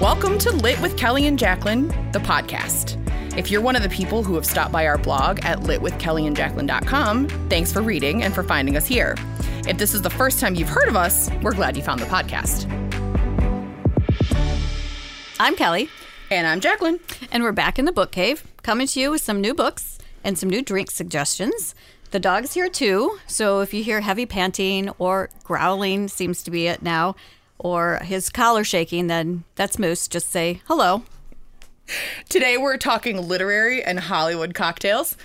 Welcome to Lit with Kelly and Jacqueline, the podcast. If you're one of the people who have stopped by our blog at litwithkellyandjacqueline.com, thanks for reading and for finding us here. If this is the first time you've heard of us, we're glad you found the podcast. I'm Kelly, And I'm Jacqueline. and we're back in the book cave, coming to you with some new books and some new drink suggestions. The dog's here too, so if you hear heavy panting or growling, seems to be it now, or his collar shaking, then that's Moose. Just say hello. Today we're talking literary and Hollywood cocktails.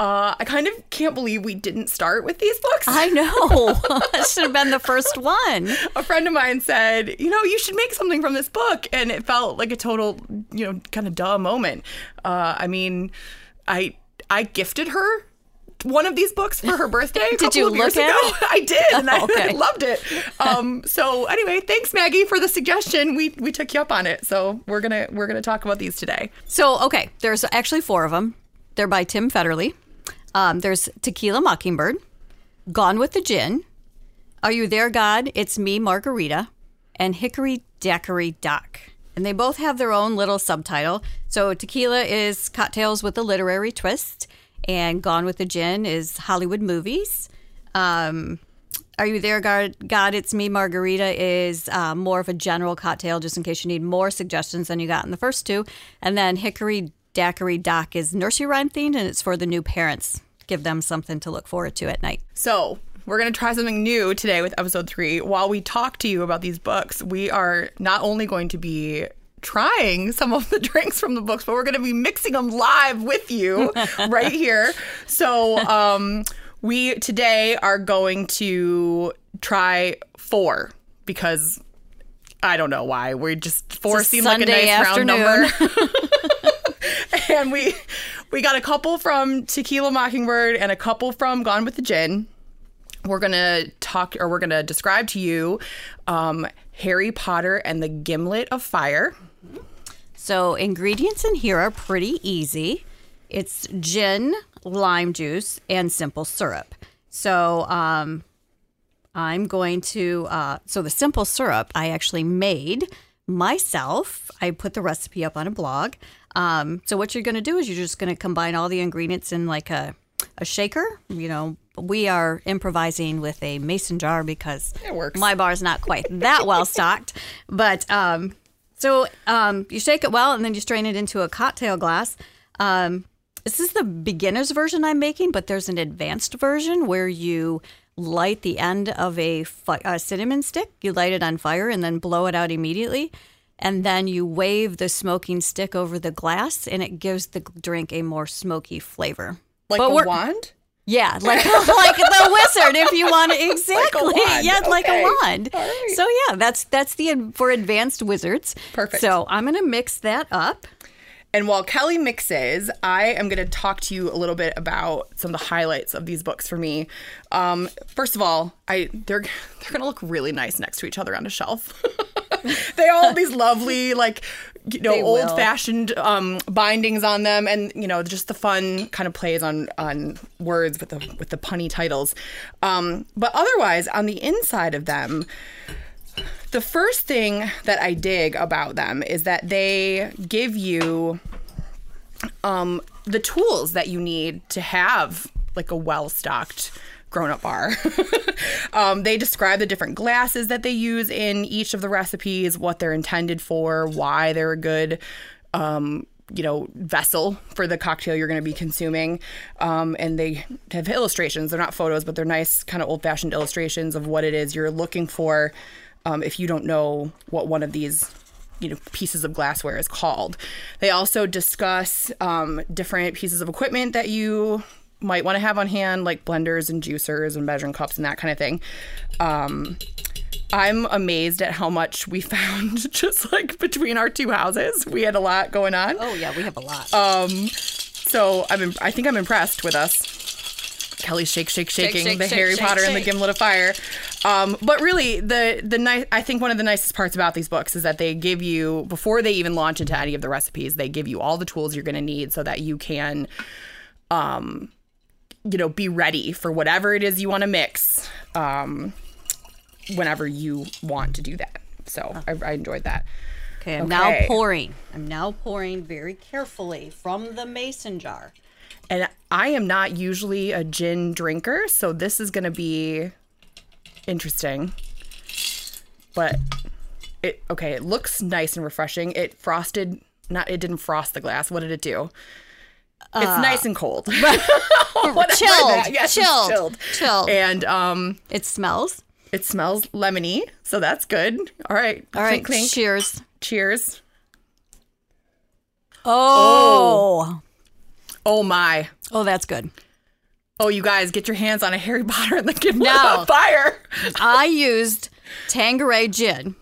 Uh, I kind of can't believe we didn't start with these books. I know. that should have been the first one. a friend of mine said, you know, you should make something from this book. And it felt like a total, you know, kind of duh moment. Uh, I mean, I I gifted her one of these books for her birthday. a Did couple you of years look at ago. it? I did, and I, Oh, okay. I loved it. Um, so anyway, thanks Maggie for the suggestion. We we took you up on it. So we're gonna we're gonna talk about these today. So, okay, there's actually four of them. They're by Tim Federley. Um, there's Tequila Mockingbird, Gone with the Gin, Are You There, God? It's Me, Margarita, and Hickory Dackory Dock. And they both have their own little subtitle. So, Tequila is Cocktails with a Literary Twist, and Gone with the Gin is Hollywood Movies. Um, Are You There, God? God, It's Me, Margarita is uh, more of a general cocktail, just in case you need more suggestions than you got in the first two. And then Hickory Dackory Dock is nursery rhyme themed, and it's for the new parents. Give them something to look forward to at night. So, we're going to try something new today with episode three. While we talk to you about these books, we are not only going to be trying some of the drinks from the books, but we're going to be mixing them live with you right here. So, um, we today are going to try four because I don't know why. We're just four It's a seemed like a Sunday nice round afternoon. number and we we got a couple from Tequila Mockingbird and a couple from Gone with the Gin. We're gonna talk, or we're gonna describe to you um, Harry Potter and the Gimlet of Fire. So ingredients in here are pretty easy. It's gin, lime juice, and simple syrup. So um, I'm going to. Uh, so the simple syrup I actually made myself. I put the recipe up on a blog. Um, so what you're going to do is you're just going to combine all the ingredients in like a a shaker. You know, we are improvising with a mason jar because It works. My bar's not quite that well stocked, but um, so um, you shake it well and then you strain it into a cocktail glass. Um, this is the beginner's version I'm making, but there's an advanced version where you light the end of a, fi- a cinnamon stick, you light it on fire and then blow it out immediately. And then you wave the smoking stick over the glass and it gives the drink a more smoky flavor. Like But a we're- wand. Yeah, like like the wizard, if you want to exactly. wand, Yeah, like a okay. wand. All right. So yeah, that's that's the ad- for advanced wizards. Perfect. So I'm gonna mix that up. And while Kelly mixes, I am going to talk to you a little bit about some of the highlights of these books for me. Um, first of all, I they're they're going to look really nice next to each other on a shelf. they all have these lovely like you know They will. old fashioned um, bindings on them, and you know just the fun kind of plays on on words with the with the punny titles. Um, but otherwise, on the inside of them, the first thing that I dig about them is that they give you um, the tools that you need to have like a well stocked grown up bar. um, they describe the different glasses that they use in each of the recipes, what they're intended for, why they're a good. Um, you know, vessel for the cocktail you're going to be consuming. Um, and they have illustrations. They're not photos, but they're nice, kind of old fashioned illustrations of what it is you're looking for um, if you don't know what one of these you know pieces of glassware is called. They also discuss um, different pieces of equipment that you might want to have on hand, like blenders and juicers and measuring cups and that kind of thing. Um, I'm amazed at how much we found just like between our two houses. We had a lot going on. Oh yeah, we have a lot. So I'm, im- I think I'm impressed with us. Kelly shake, shake, shaking shake, the shake, Harry shake, Potter and the shake. Gimlet of Fire. Um, but really, the the ni- I think one of the nicest parts about these books is that they give you before they even launch into any of the recipes, they give you all the tools you're going to need so that you can, um, you know, be ready for whatever it is you want to mix, Oh. um, whenever you want to do that. So I, I enjoyed that. Okay, I'm now Okay. pouring. I'm now pouring very carefully from the mason jar. And I am not usually a gin drinker, so this is going to be interesting. But it okay, it looks nice and refreshing. It frosted not it didn't frost the glass. What did it do? Uh, it's nice and cold. Whatever chilled, that- yes, it's chilled, Eh. chilled. chilled. And um It smells. it smells lemony, so that's good. All right. All right, Clink, clink. cheers. Cheers. Oh. oh, Oh my. that's good. Oh, you guys, get your hands on a Harry Potter and the kid No. on fire. I used Tanqueray gin,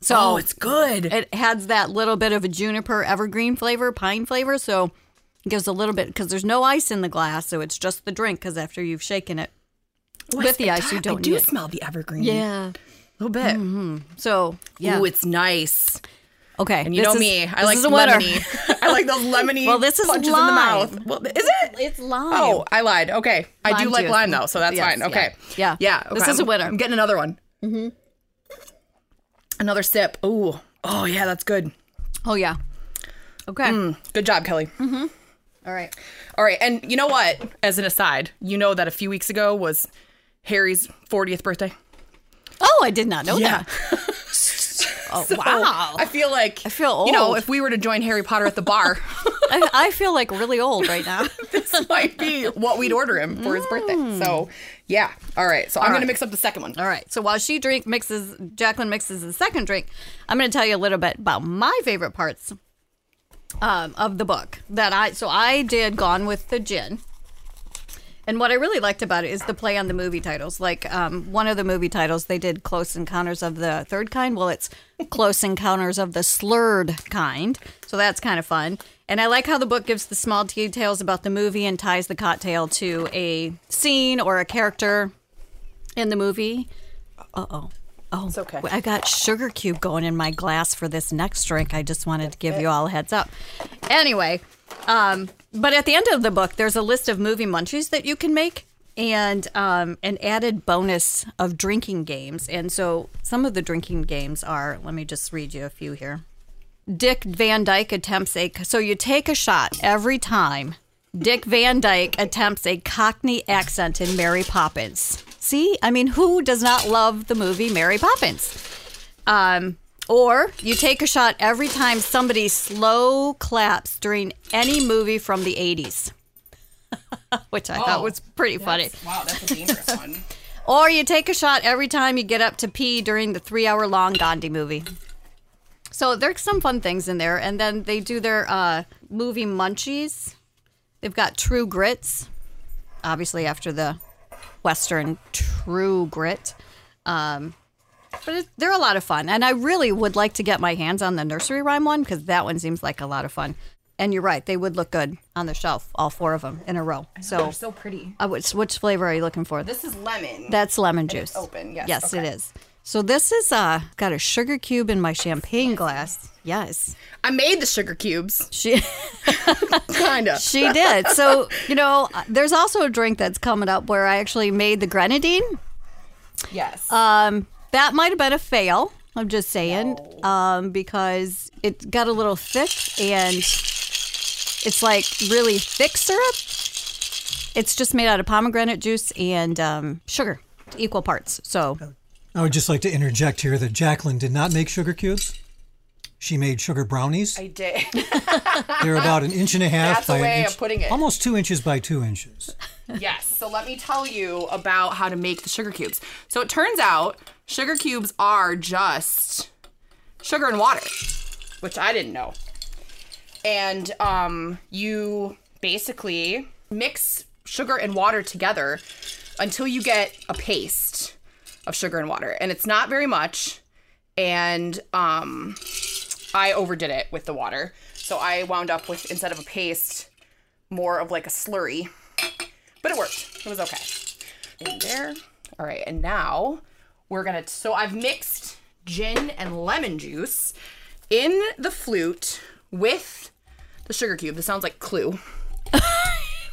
so Oh, good. it has that little bit of a juniper evergreen flavor, pine flavor. So it gives a little bit because there's no ice in the glass, so it's just the drink. Because after you've shaken it, with the ice, you don't I do need it. smell the evergreen. yeah. Mm. a little bit. So yeah, Ooh, it's nice. okay. And you this know is- me, I this like is a winner. lemony. I like those lemony. Well, this is punches in the lime. mouth. Well, is it? It's lime. Oh, I lied. Okay, I do Lime like juice. lime though, so that's Yes, fine. Okay, yeah. Yeah. yeah. This okay. is a winner. I'm getting another one. Mm-hmm. Another sip. Ooh. Oh yeah, that's good. Oh yeah. Okay. Good job, Kelly. All right. All right, and you know what? As an aside, you know that a few weeks ago was Harry's 40th birthday. Oh, I did not know that. Oh wow. Oh, I feel like I feel You know, old. if we were to join Harry Potter at the bar, I, I feel like really old right now. this might be what we'd order him for his birthday. So, yeah. Mm. All right. So I'm going right. to mix up the second one. All right. So while she drink mixes, Jacqueline mixes the second drink. I'm going to tell you a little bit about my favorite parts um, of the book that I. So I did Gone with the Gin. And what I really liked about it is the play on the movie titles. Like um, one of the movie titles, they did Close Encounters of the Third Kind. Well, it's Close Encounters of the Slurred Kind. So that's kind of fun. And I like how the book gives the small details about the movie and ties the cocktail to a scene or a character in the movie. Uh oh. Oh, it's okay. I got sugar cube going in my glass for this next drink. I just wanted to give you all a heads up. Anyway, um, but at the end of the book, there's a list of movie munchies that you can make and um, an added bonus of drinking games. And so some of the drinking games are, let me just read you a few here. Dick Van Dyke attempts a so you take a shot every time. Dick Van Dyke attempts a Cockney accent in Mary Poppins. See, I mean, who does not love the movie Mary Poppins? Um, or you take a shot every time somebody slow claps during any movie from the 80s, which I thought Oh, was pretty funny. Wow, that's a dangerous one. Or you take a shot every time you get up to pee during the three hour long Gandhi movie. So there's some fun things in there. And then they do their uh, movie munchies. They've got True Grits, obviously after the Western True Grit. Um, but it, they're a lot of fun. And I really would like to get my hands on the nursery rhyme one because that one seems like a lot of fun. And you're right, they would look good on the shelf, all four of them in a row. So, pretty. uh, which, which flavor are you looking for? This is lemon. That's lemon juice. open, yes, Yes, okay. it is. So this is uh got a sugar cube in my champagne glass. Yes. I made the sugar cubes. She Kind of. she did. So, you know, uh, there's also a drink that's coming up where I actually made the grenadine. Yes. Um that might have been a fail. I'm just saying um because it got a little thick and it's like really thick syrup. It's just made out of pomegranate juice and um, sugar, equal parts. So I would just like to interject here that Jacqueline did not make sugar cubes. She made sugar brownies. I did. They're about an inch and a half That's the by way an of inch, putting it. almost two inches by two inches. yes. So let me tell you about how to make the sugar cubes. So it turns out sugar cubes are just sugar and water, which I didn't know. And um, you basically mix sugar and water together until you get a paste of sugar and water. And it's not very much. And um, I overdid it with the water. So I wound up with, instead of a paste, more of like a slurry. But it worked. It was okay. In there. All right, and now we're gonna. So I've mixed gin and lemon juice in the flute with the sugar cube. This sounds like clue.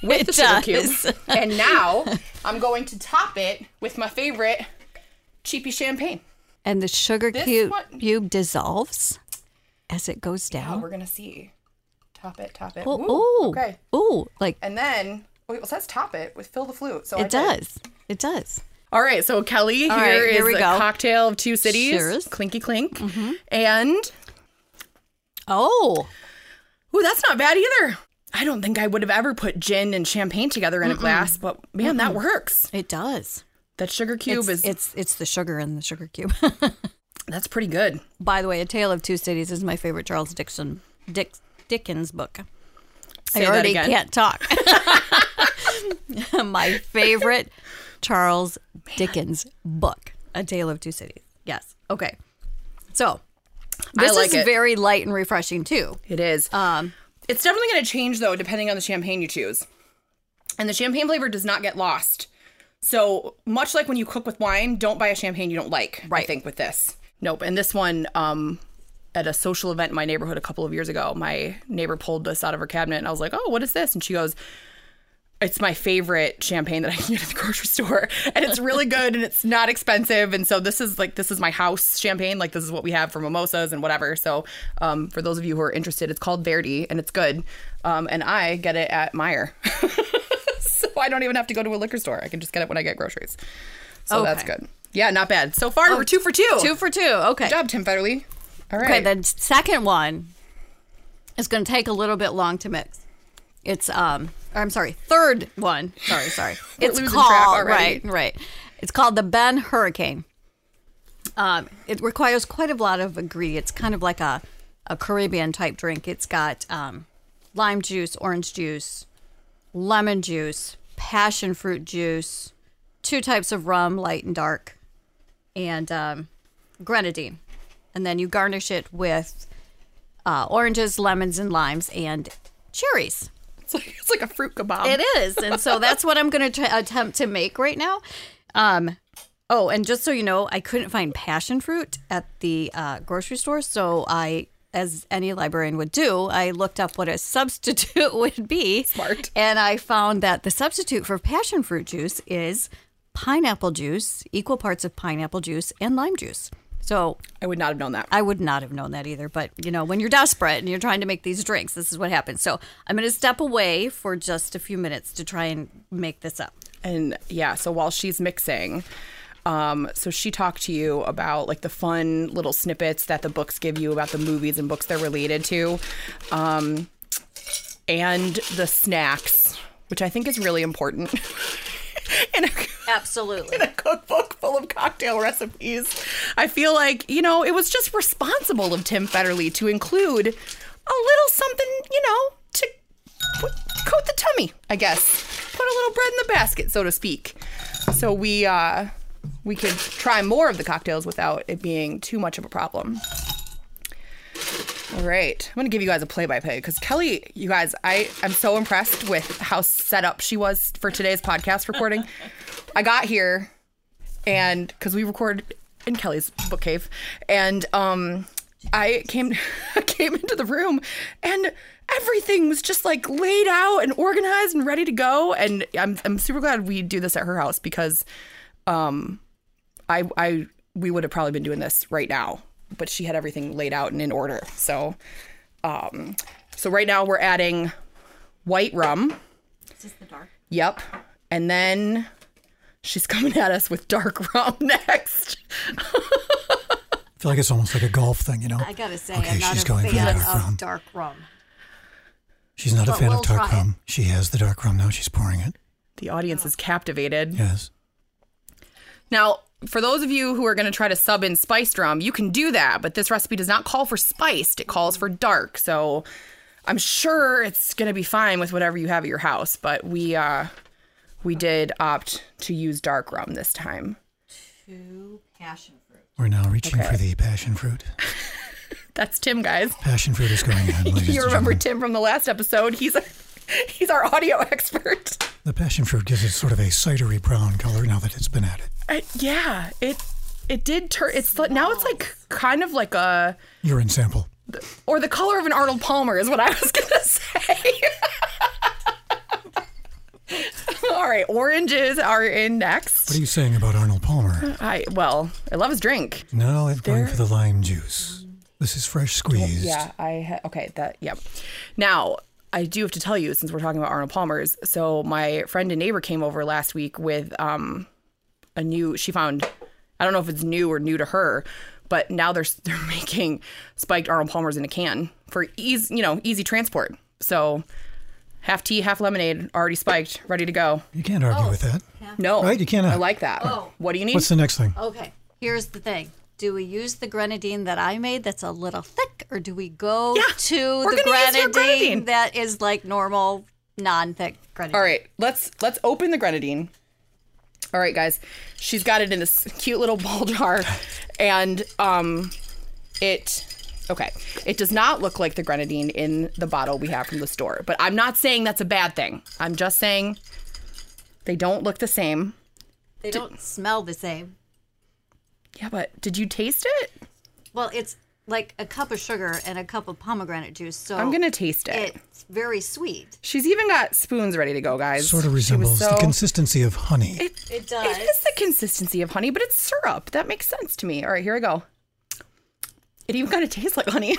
with the sugar does. cube. And now I'm going to top it with my favorite cheapy champagne. and the sugar cube, one- cube dissolves. as it goes Oh, down. we're gonna see. Top it, top it. Oh, Ooh, ooh, Okay. ooh, like And then wait, well, it says top it with fill the flute. So I it did. does. It does. All right. So Kelly, All here right, is here we a go. cocktail of two cities. Cheers. Mm-hmm. Clinky clink. And Oh, ooh, that's not bad either. I don't think I would have ever put gin and champagne together in a glass, but man, that works. it does. That sugar cube it's, is it's it's the sugar in the sugar cube. that's pretty good. By the way, A Tale of Two Cities is my favorite Charles Dixon Dick, Dickens book. Say I that already again. can't talk. my favorite Charles Dickens book, A Tale of Two Cities. Yes. Okay. So this like is it. very light and refreshing too. It is. Um, It's definitely going to change though, depending on the champagne you choose. And the champagne flavor does not get lost. So much like when you cook with wine, don't buy a champagne you don't like. I Right. think with this, nope. And this one, um, at a social event in my neighborhood a couple of years ago, my neighbor pulled this out of her cabinet, and I was like, "Oh, what is this?" And she goes, "It's my favorite champagne that I can get at the grocery store, and it's really good, and it's not expensive. And so this is like this is my house champagne. Like this is what we have for mimosas and whatever. So um, for those of you who are interested, it's called Verdi, and it's good. Um, and I get it at Meyer." so I don't even have to go to a liquor store. I can just get it when I get groceries. So that's Okay. Oh, good. Yeah, not bad. So far, we're two for two. Two for two. Okay. Good job, Tim Federley. All right. Okay, the second one is going to take a little bit long to mix. It's um, or I'm sorry, third one. Sorry, sorry. it's losing track called already. right, right. It's called the Ben Hurricane. Um, it requires quite a lot of ingredients, kind of like a a Caribbean type drink. It's got um, lime juice, orange juice, lemon juice, passion fruit juice, two types of rum, light and dark, and um, grenadine. And then you garnish it with uh, oranges, lemons, and limes, and cherries. it's, like, it's like a fruit kebab. It is. And so that's what I'm going to try attempt to make right now. Um, oh, and just so you know, I couldn't find passion fruit at the uh, grocery store. So I, as any librarian would do, I looked up what a substitute would be. Smart. And I found that the substitute for passion fruit juice is pineapple juice, equal parts of pineapple juice and lime juice. So I would not have known that. I would not have known that either. But you know, when you're desperate and you're trying to make these drinks, this is what happens. So I'm going to step away for just a few minutes to try and make this up. And yeah, so while she's mixing, um, so she talked to you about like the fun little snippets that the books give you about the movies and books they're related to, um, and the snacks, which I think is really important. in a- Absolutely. a cookbook full of cocktail recipes. I feel like, you know, it was just responsible of Tim Federley to include a little something, you know, to put, coat the tummy, I guess. Put a little bread in the basket, so to speak. So we uh we could try more of the cocktails without it being too much of a problem. All right. I'm going to give you guys a play by play because Kelly, you guys, I, I'm so impressed with how set up she was for today's podcast recording. I got here and because we record in Kelly's book cave, and um, I came I came into the room, and everything was just like laid out and organized and ready to go. And I'm I'm super glad we do this at her house because, um, I I we would have probably been doing this right now, but she had everything laid out and in order. So, um, so right now we're adding white rum. Is this the dark? Yep. And then she's coming at us with dark rum next. I feel like it's almost like a golf thing, you know? I gotta say, Okay, I'm not she's a going for the fan dark of rum. dark rum. She's not a but fan we'll of dark try it. rum. She has the dark rum now. She's pouring it. The audience is captivated. Yes. Now, for those of you who are going to try to sub in spiced rum, you can do that, but this recipe does not call for spiced, it calls for dark. So I'm sure it's going to be fine with whatever you have at your house, but we uh we did opt to use dark rum this time. Two passion fruit. We're now reaching for the passion fruit. That's Tim, guys. Passion fruit is going on, ladies You and remember gentlemen. Tim from the last episode? He's a, he's our audio expert. The passion fruit gives it sort of a cidery brown color now that it's been added. I, Uh, yeah, it it did turn. It's like now it's like kind of like a You're in sample. or the color of an Arnold Palmer is what I was gonna say. All right, oranges are in What next. are you saying about Arnold Palmer? I well, I love his drink. No, it's going for the lime juice. This is fresh squeezed. Yeah, I ha- okay. That yep. Now I do have to tell you since we're talking about Arnold Palmer's. So my friend and neighbor came over last week with um a new. She found I don't know if it's new or new to her, but now they're they're making spiked Arnold Palmer's in a can for ease. You know, easy transport. So half tea, half lemonade, already spiked, ready to go. You can't argue Oh. with that. No, Right, you cannot. I like that. What do you need? What's the next thing? Oh, Okay, here's the thing. Do we use the grenadine that I made that's a little thick, or do we go Yeah, to we're the gonna use your grenadine, grenadine. that is like normal, non thick grenadine? All right, let's let's open the grenadine. All right, guys, she's got it in this cute little ball jar, and um, it okay. It does not look like the grenadine in the bottle we have from the store, but I'm not saying that's a bad thing. I'm just saying they don't look the same. They don't smell the same. Yeah, but did you taste it? Well, it's like a cup of sugar and a cup of pomegranate juice. So I'm gonna taste it. It's very sweet. She's even got spoons ready to go, guys. Sort of She was resembles so- the consistency of honey. It It is the consistency of honey, but it's syrup. That makes sense to me. All right, here I go. It even kind of tastes like honey.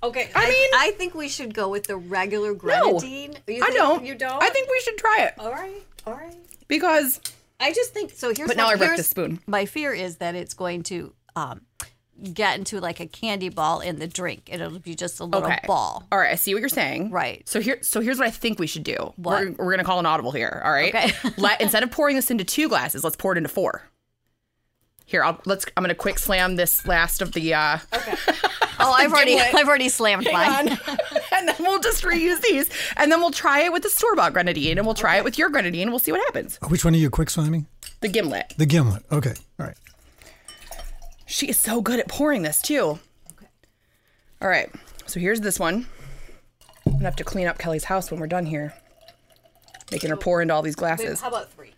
Okay. I mean- I think we should go with the regular No, grenadine. You I think- don't. You don't. I think we should try it All right. All right. because I just think so. Here's But now what- I ripped here's- a spoon. My fear is that it's going to um, get into like a candy ball in the drink, and it'll be just a little okay. ball. All right, I see what you're saying. Right. So here, so here's what I think we should do. What? We're, we're gonna call an audible here. All right. Okay. Let, instead of pouring this into two glasses, let's pour it into four. Here, I'll, let's. I'm gonna quick slam this last of the. Uh, Oh, I've already, gimlet. I've already slammed mine. and then we'll just reuse these, and then we'll try it with the store bought grenadine, and we'll try it with your grenadine, and we'll see what happens. Uh, Which one are you quick slamming? The gimlet. The gimlet. Okay. All right. She is so good at pouring this too. All right. So here's this one. I'm gonna have to clean up Kelly's house when we're done here. Making her pour into all these glasses. about three?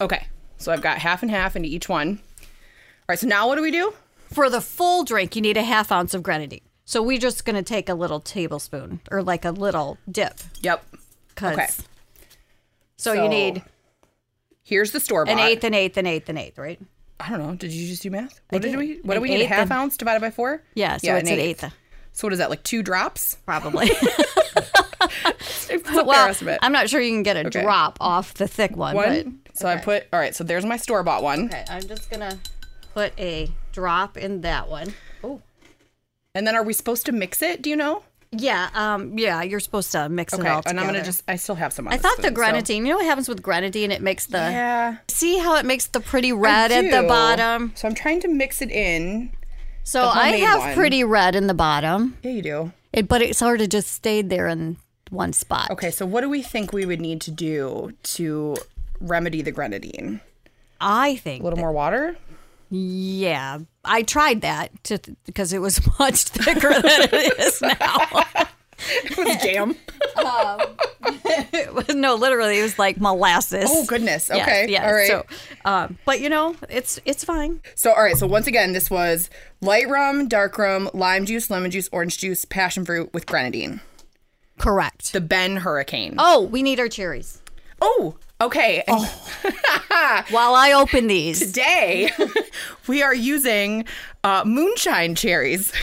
Okay. So I've got half and half into each one. All right. So now what do we do? For the full drink, you need a half ounce of grenadine. So we're just gonna take a little tablespoon or like a little dip. Yep. 'cause- Okay. So, you need Here's the store bought. an eighth, an eighth, an eighth, an eighth, right? I don't know. Did you just do math? What did did. we? What do An we need? A eighth half and- ounce divided by four. Yeah. So it's an eighth, So what is that? Like two drops? probably. Put the well, rest of it. I'm not sure you can get a Okay. drop off the thick one. one. But So I put. All right. So there's my store bought one. Okay, I'm just gonna put a drop in that one. Oh. And then are we supposed to mix it? Do you know? Yeah, um, yeah, you're supposed to mix it Okay, all and I'm gonna together. just I still have some. On I the thought spoon, the so- grenadine, you know what happens with grenadine? It makes the Yeah. see how it makes the pretty I red at the do. bottom. So I'm trying to mix it in. So I homemade have one. pretty red in the bottom. Yeah, you do. It but it sort of just stayed there in one spot. Okay, so what do we think we would need to do to remedy the grenadine? I think A little more water? yeah. I tried that to because it was much thicker than it is now. With jam. It was- no, literally it was like molasses. Oh goodness. Yes, Okay. yes. All right. So, So, um, but you know, it's it's fine. all right, so once again, this was light rum, dark rum, lime juice, lemon juice, orange juice, passion fruit with grenadine. Correct. The Ben Hurricane. Oh, oh, we need our cherries. okay. And While I open these, today we are using uh, moonshine cherries.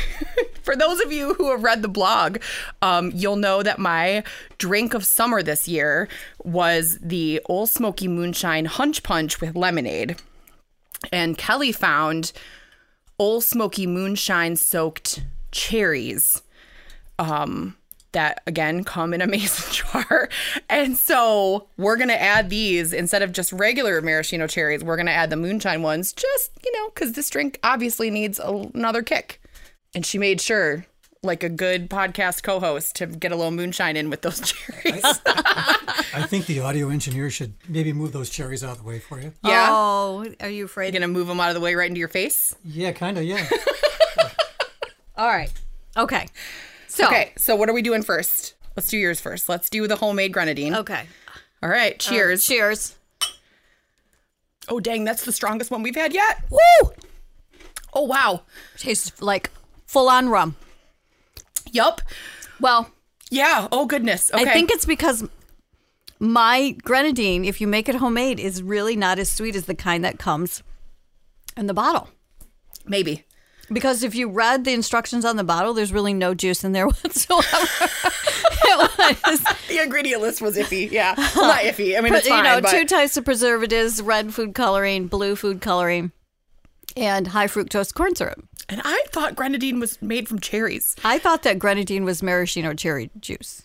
For those of you who have read the blog, um, you'll know that my drink of summer this year was the Old Smoky Moonshine Hunch Punch with lemonade. And Kelly found Old Smoky Moonshine soaked cherries that again come in a mason jar. And so we're going to add these instead of just regular maraschino cherries, we're going to add the moonshine ones just, you know, cuz this drink obviously needs a- another kick. And she made sure like a good podcast co-host to get a little moonshine in with those cherries. I think the audio engineer should maybe move those cherries out of the way for you. yeah. Oh, are you afraid? You're going to move them out of the way right into your face. Yeah, kind of. Yeah. All right. Okay. So Okay, so what are we doing first? Let's do yours first. Let's do the homemade grenadine. okay. Um, All right, cheers. Cheers. oh dang, that's the strongest one we've had yet. Woo! Oh wow. Tastes like full on rum. Yup. Well, Yeah. Oh goodness. Okay. I think it's because my grenadine, if you make it homemade, is really not as sweet as the kind that comes in the bottle. Maybe. Because if you read the instructions on the bottle, there's really no juice in there whatsoever. it was, The ingredient list was iffy. Yeah, well, not iffy. I mean, it's you fine. know, but two types of preservatives: red food coloring, blue food coloring, and high fructose corn syrup. and I thought grenadine was made from cherries. I thought that grenadine was maraschino cherry juice.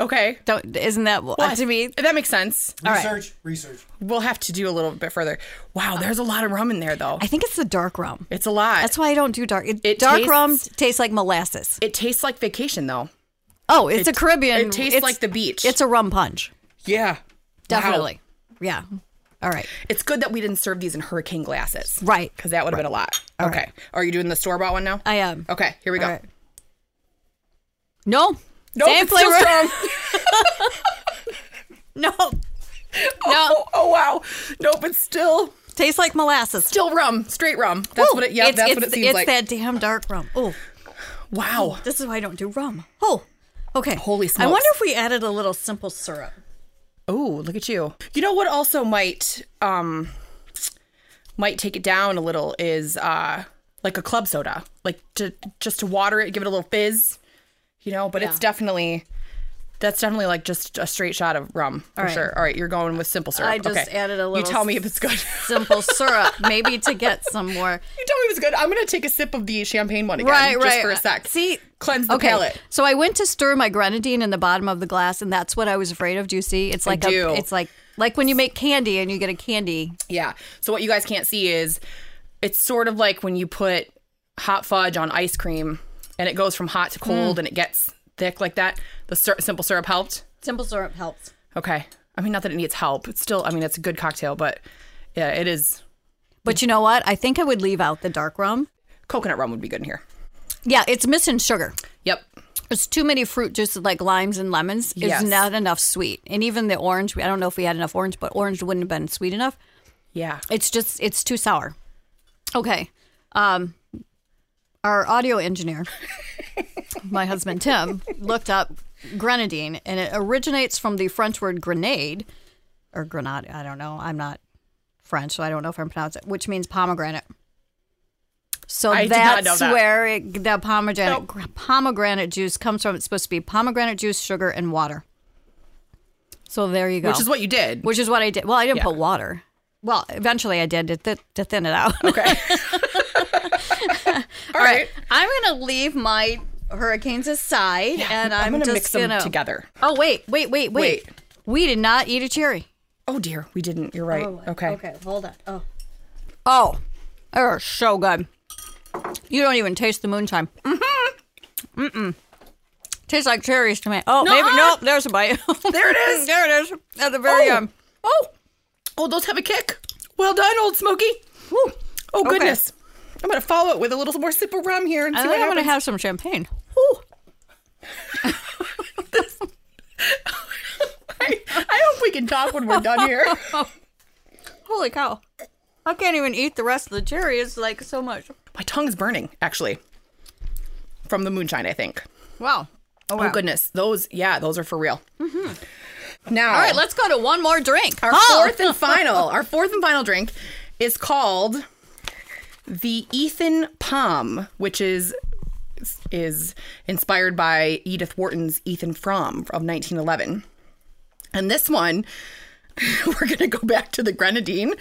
Okay, Don't isn't that what to me? that makes sense. All right, Research, research. we'll have to do a little bit further. Wow, there's a lot of rum in there, though. I think it's the dark rum. It's a lot. That's why I don't do dark. It dark tastes- rum tastes like molasses. it tastes like vacation, though. Oh, it's a Caribbean. it tastes it's- like the beach. It's a rum punch, Yeah, definitely. Yeah. All right. It's good that we didn't serve these in hurricane glasses. Right. Because that would have been a lot. okay. Are you doing the store bought one now? I am. okay, here we go. All right. No. Nope, Same it's still flavor. strong. No. Oh, No. oh, wow. Nope, it's still Tastes like molasses. still rum, straight rum. That's Ooh, what it yeah, it's- that's it's, what it seems it's like. that damn dark rum. Oh, wow. this is why I don't do rum. Oh. Okay. Holy I smokes. wonder if we added a little simple syrup. Oh, look at you. You know what also might um might take it down a little is uh like a club soda. Like to just to water it, give it a little fizz. You know, but it's definitely that's definitely like just a straight shot of rum for right. sure. All right, you're going with simple syrup. I just Okay. added a You little tell me if it's good. Simple syrup, maybe to get some more. you tell me if it's good. I'm gonna take a sip of the champagne one again, Right, just right. for a sec. See, cleanse the okay. palate. So I went to stir my grenadine in the bottom of the glass, and that's what I was afraid of. Do you see? It's like do. a, it's like like when you make candy and you get a candy. Yeah. So what you guys can't see is it's sort of like when you put hot fudge on ice cream and it goes from hot to Mm. cold and it gets thick like that. The syr- simple syrup helped. Simple syrup helps. Okay. I mean, not that it needs help. It's still, I mean, it's a good cocktail, but yeah, it is. But you know what? I think I would leave out the dark rum. Coconut rum would be good in here. Yeah, it's missing sugar. Yep. There's too many fruit juices like limes and lemons. It's Yes. not enough sweet. And even the orange, I don't know if we had enough orange, but orange wouldn't have been sweet enough. Yeah. It's just it's too sour. Okay. Um our audio engineer, my husband Tim, looked up grenadine and it originates from the French word grenade or grenade, I don't know. I'm not French, so I don't know if I'm pronouncing it, which means pomegranate. So I did not know that's that. where it, the pomegranate pomegranate juice comes from. It's supposed to be pomegranate juice, sugar, and water. So there you go Which is what you did. which is what I did. Well, I didn't Yeah. put water. Well, eventually I did to, th- to thin it out. Okay. All right. I'm gonna leave my hurricanes aside, and I'm I'm, gonna just mix them gonna- together. Oh wait, wait, wait, wait, Wait. We did not eat a cherry. Oh dear, we didn't. You're right. okay. Oh Okay. Hold on. Oh. Oh, they're so good. You don't even taste the moonshine. Mm-hmm. Mm-mm. Tastes like cherries to me. Oh, maybe Nuh-uh. no. There's a bite. uh-huh. There it is. there it is. At the very Oh. end. Oh. Oh, those have a kick. Well done, old Smoky. Woo. Oh Okay. goodness. I'm gonna follow it with a little more sip of rum here and see I what happens. think I'm gonna have some champagne. I, I hope we can talk when we're done here. Holy cow. I can't even eat the rest of the cherry. It's like so much. My tongue's burning, actually, from the moonshine. I think. Wow. Oh, Oh goodness, those yeah, those are for real. Now, All right, let's go to one more drink. our Oh! fourth and final, our fourth and final drink is called the Ethan Palm, which is is inspired by Edith Wharton's Ethan Frome of 1911. And this one, we're going to go back to the grenadine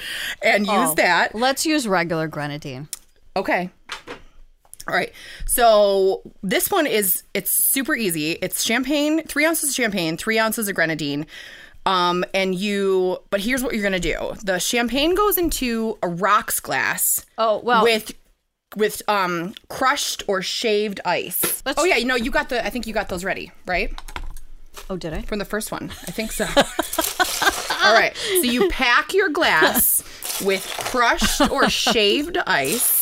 and Oh. use that. Let's use regular grenadine. Okay. All right. So this one is it's super easy. It's champagne, three ounces of champagne, three ounces of grenadine. Um, and you but here's what you're gonna do. The champagne goes into a rocks glass. Oh, well- with with um crushed or shaved ice. Let's- oh yeah, you know, you got the I think you got those ready, right? Oh, did I? From the first one. I think so. All right. So you pack your glass with crushed or shaved ice.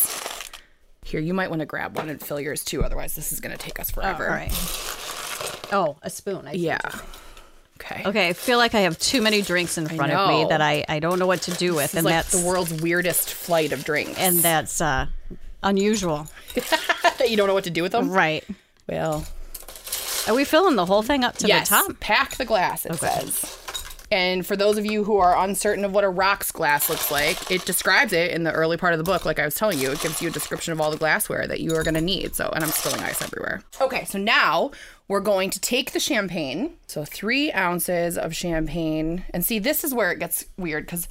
Here, you might want to grab one and fill yours too. Otherwise, this is going to take us forever. All right. Oh, a spoon. I see. Yeah. Okay. Okay, I feel like I have too many drinks in front of me know. that I, I don't know what to do with, It's and like that's the world's weirdest flight of drinks. and that's uh, unusual, that you don't know what to do with them. right? Well, Are we filling the whole thing up to yes. the top? Pack the glass, it Okay. says. And for those of you who are uncertain of what a rocks glass looks like, it describes it in the early part of the book, like I was telling you. It gives you a description of all the glassware that you are going to need. So, and I'm spilling ice everywhere. Okay, so now we're going to take the champagne. So, three ounces of champagne. And see, this is where it gets weird because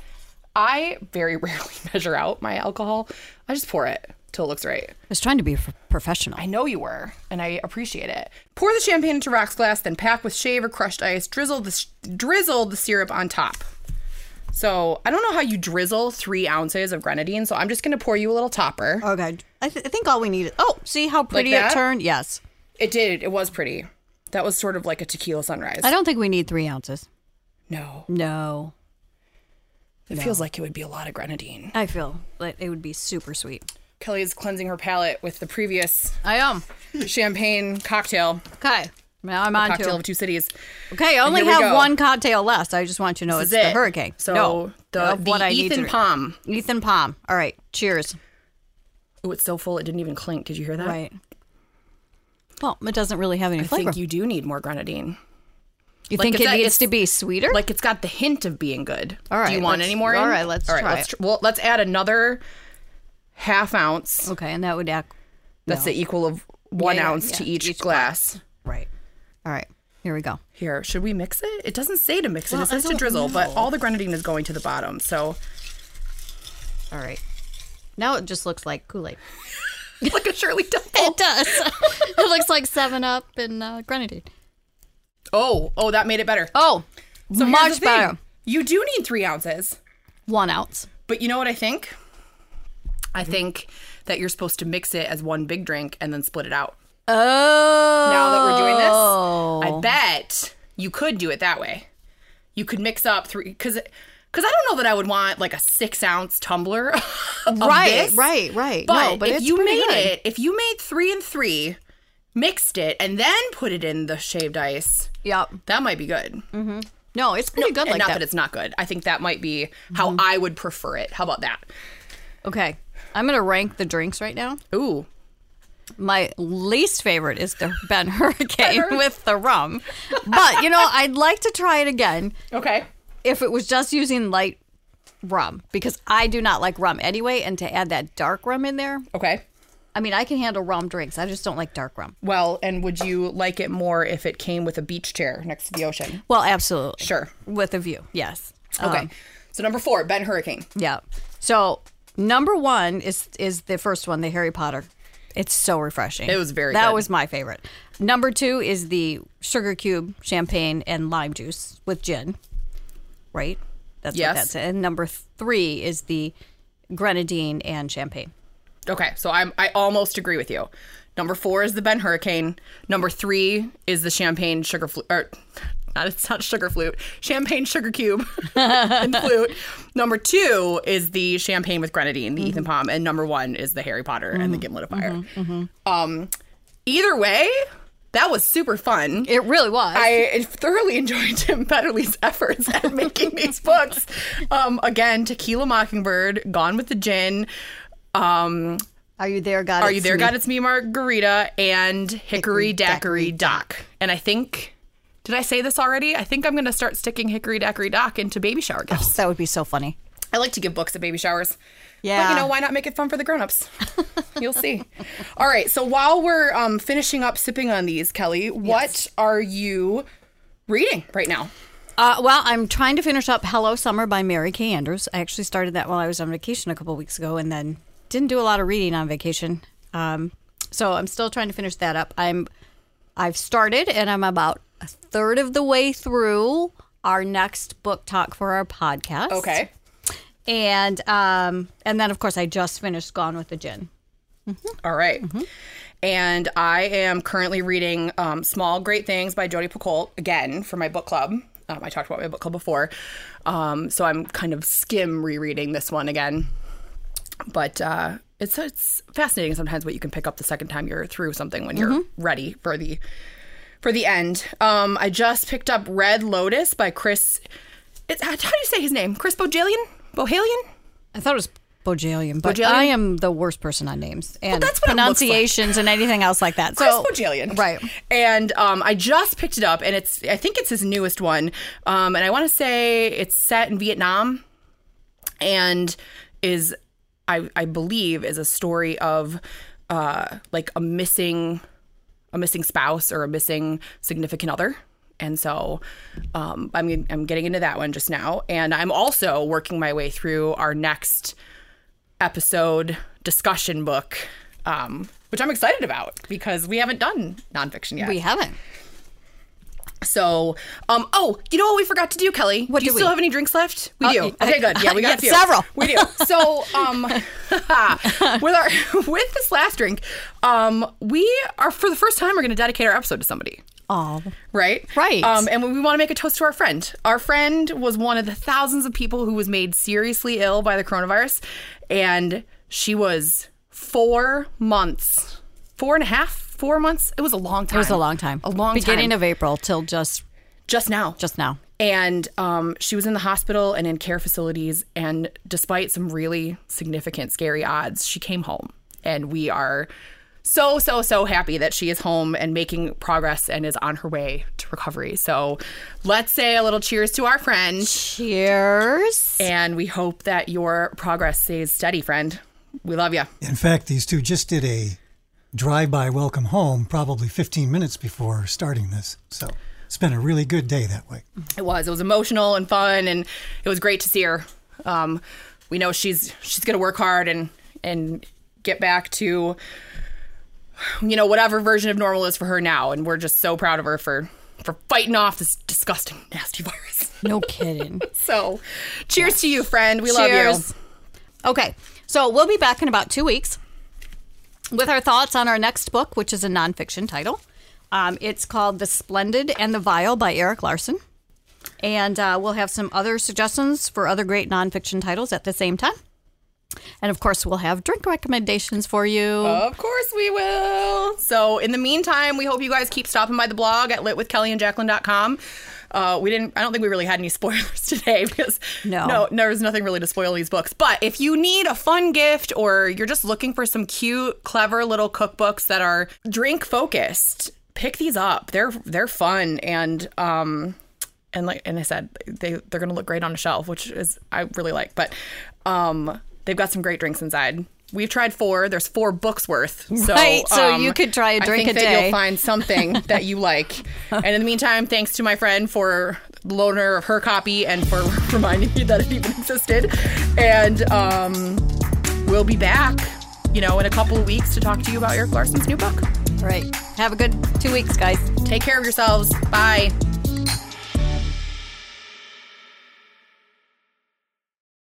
I very rarely measure out my alcohol. I just pour it till it looks right. I was trying to be a f- professional. I know you were, and I appreciate it. Pour the champagne into rocks glass, then pack with shave or crushed ice. Drizzle the drizzle the syrup on top. So I don't know how you drizzle three ounces of grenadine. So I'm just gonna pour you a little topper. Okay. oh, I, th- I think all we need is. Oh, see how pretty that? it turned? Yes. It did. It was pretty. That was sort of like a tequila sunrise. I don't think we need three ounces. no, No. it feels like it would be a lot of grenadine. I feel like it would be super sweet. Kelly is cleansing her palate with the previous I am. champagne cocktail, Okay. Now I'm on cocktail to. of two cities. Okay, I only here we have go. one cocktail left. I just want you to know This it's is the it. hurricane. So no, the, of the what I need to Ethan drink. Palm. Ethan Palm. All right. Cheers. Oh, it's so full it didn't even clink. Did you hear that? Right. Well, it doesn't really have any I flavor. think you do need more grenadine. You Like, think if it that- needs it's- to be sweeter? Like it's got the hint of being good. All Do you right, want let's- any more? in? all right, let's try Let's tr- it. well, let's add another half ounce. okay, and that would act That's the equal of one yeah, ounce to yeah, each, each glass. right. All right, here we go. Here, should we mix it? It doesn't say to mix it. Well, It I says to don't drizzle, but know. all the grenadine is going to the bottom. So All right. Now it just looks like Oh. Kool Aid. like a Shirley Temple. It does. it looks like Seven Up and uh, grenadine. Oh, oh, that made it better. Oh, So here's the much thing. better. You do need three ounces, One ounce. but you know what I think? I Mm-hmm. think that you're supposed to mix it as one big drink and then split it out. Oh. now that we're doing this, I bet you could do it that way. You could mix up three because because I don't know that I would want like a six ounce tumbler. of Right, this. right, right. But, No, but if it's you pretty made good. it, if you made three and three, mixed it, and then put it in the shaved ice, Yep. that might be good. No, it's pretty Mm-hmm. And good like not that. Mm-hmm. that it's not good. I think that might be how I would prefer it. How about that? okay, I'm gonna rank the drinks right now. Ooh, My least favorite is the Ben Hurricane with the rum, but you know I'd like to try it again. okay. if it was just using light rum because I do not like rum anyway and to add that dark rum in there Okay. I mean I can handle rum drinks I just don't like dark rum Well, and would you like it more if it came with a beach chair next to the ocean? well absolutely Sure. with a view yes Okay. Um, so number four, Ben Hurricane. yeah so number one is is the first one the Harry Potter it's so refreshing It was very that good. was my favorite number two is the sugar cube champagne and lime juice with gin right that's Yes. what that's and number three is the grenadine and champagne Okay, so I'm I almost agree with you. Number four is the Ben Hurricane. Number three is the champagne sugar flute. Or not, it's not sugar flute. Champagne sugar cube and flute. Number two is the champagne with grenadine, the Ethan Palm, and number one is the Harry Potter and the Gimlet of Fire. Um, either way, that was super fun. It really was. I thoroughly enjoyed Tim Petterly's efforts at making these books. Um, again, Tequila Mockingbird, Gone with the Gin, um, Are you there, God? Are You There, God? It's Me, Margarita, and Hickory Dackery Dock. And I think, did I say this already? I think I'm going to start sticking Hickory Dackery Dock into baby shower gifts. That would be so funny. Oh. I like to give books at baby showers. But Yeah. you know, why not make it fun for the grown-ups? You'll see. All right. So while we're um, finishing up sipping on these, Kelly, what are you reading right now? Uh, well, I'm trying to finish up Hello Summer by Mary Kay Andrews. I actually started that while I was on vacation a couple weeks ago and then didn't do a lot of reading on vacation. Um, so I'm still trying to finish that up. I'm I've started and I'm about a third of the way through our next book talk for our podcast. Okay. And um, and then of course I just finished Gone with the Gin. All right. And I am currently reading um, Small Great Things by Jodi Picoult again for my book club. Um, I talked about my book club before. Um, so I'm kind of skim rereading this one again. But uh, it's, it's fascinating sometimes what you can pick up the second time you're through something when you're ready for the for the end. Um, I just picked up Red Lotus by Chris. It's, how do you say his name? Chris Bojalian? Bohalian? I thought it was Bojalian, but Bojalian? I am the worst person on names and that's what it looks like. pronunciations and anything else like that. Chris So Bojalian. right? And um, I just picked it up, and it's I think it's his newest one, um, and I want to say it's set in Vietnam, and is I I believe is a story of uh, like a missing a missing spouse or a missing significant other. And so um, I'm, I'm getting into that one just now. And I'm also working my way through our next episode discussion book, um, which I'm excited about because we haven't done nonfiction yet. We haven't. so, um, oh, you know what we forgot to do, Kelly? What do you do we? still have any drinks left? We do. y- Okay, good. Yeah, we got Yeah, a few. several. We do. So, um, ah, with our with this last drink, um, we are for the first time we're going to dedicate our episode to somebody Oh, right? Right. Um, and we want to make a toast to our friend. Our friend was one of the thousands of people who was made seriously ill by the coronavirus, and she was four months, four and a half, four months. It was a long time. it was a long time. A long beginning time. of April till just just now. just now. And um, she was in the hospital and in care facilities. And despite some really significant, scary odds, she came home. And we are so, so, so happy that she is home and making progress and is on her way to recovery. So let's say a little cheers to our friend. Cheers. And we hope that your progress stays steady, friend. We love you. In fact, these two just did a drive-by welcome home probably 15 minutes before starting this. So it's been a really good day that way. It was. It was emotional and fun, and it was great to see her. Um, we know she's she's gonna work hard and and get back to you know whatever version of normal is for her now, and we're just so proud of her for for fighting off this disgusting nasty virus. No kidding. So, cheers to you, friend. We love you. Okay, so we'll be back in about two weeks with our thoughts on our next book, which is a nonfiction title. Um, it's called The Splendid and the Vile by Eric Larson. And uh, we'll have some other suggestions for other great nonfiction titles at the same time. And of course, we'll have drink recommendations for you. Of course we will. So in the meantime, we hope you guys keep stopping by the blog at litwithkellyandjacqueline.com. Uh, we didn't. I don't think we really had any spoilers today because No. no, there was nothing really to spoil these books. But if you need a fun gift or you're just looking for some cute, clever little cookbooks that are drink focused, pick these up. They're they're fun and um and like and I said they they're gonna look great on a shelf, which is I really like. But um they've got some great drinks inside. We've tried four. There's four books worth. So, Right, so um, you could try a drink I think a that day. You'll find something that you like. And in the meantime, thanks to my friend for the loaner of her copy and for reminding me that it even existed. And um, we'll be back, you know, in a couple of weeks to talk to you about Eric Larson's new book. All right. Have a good two weeks, guys. Take care of yourselves. Bye.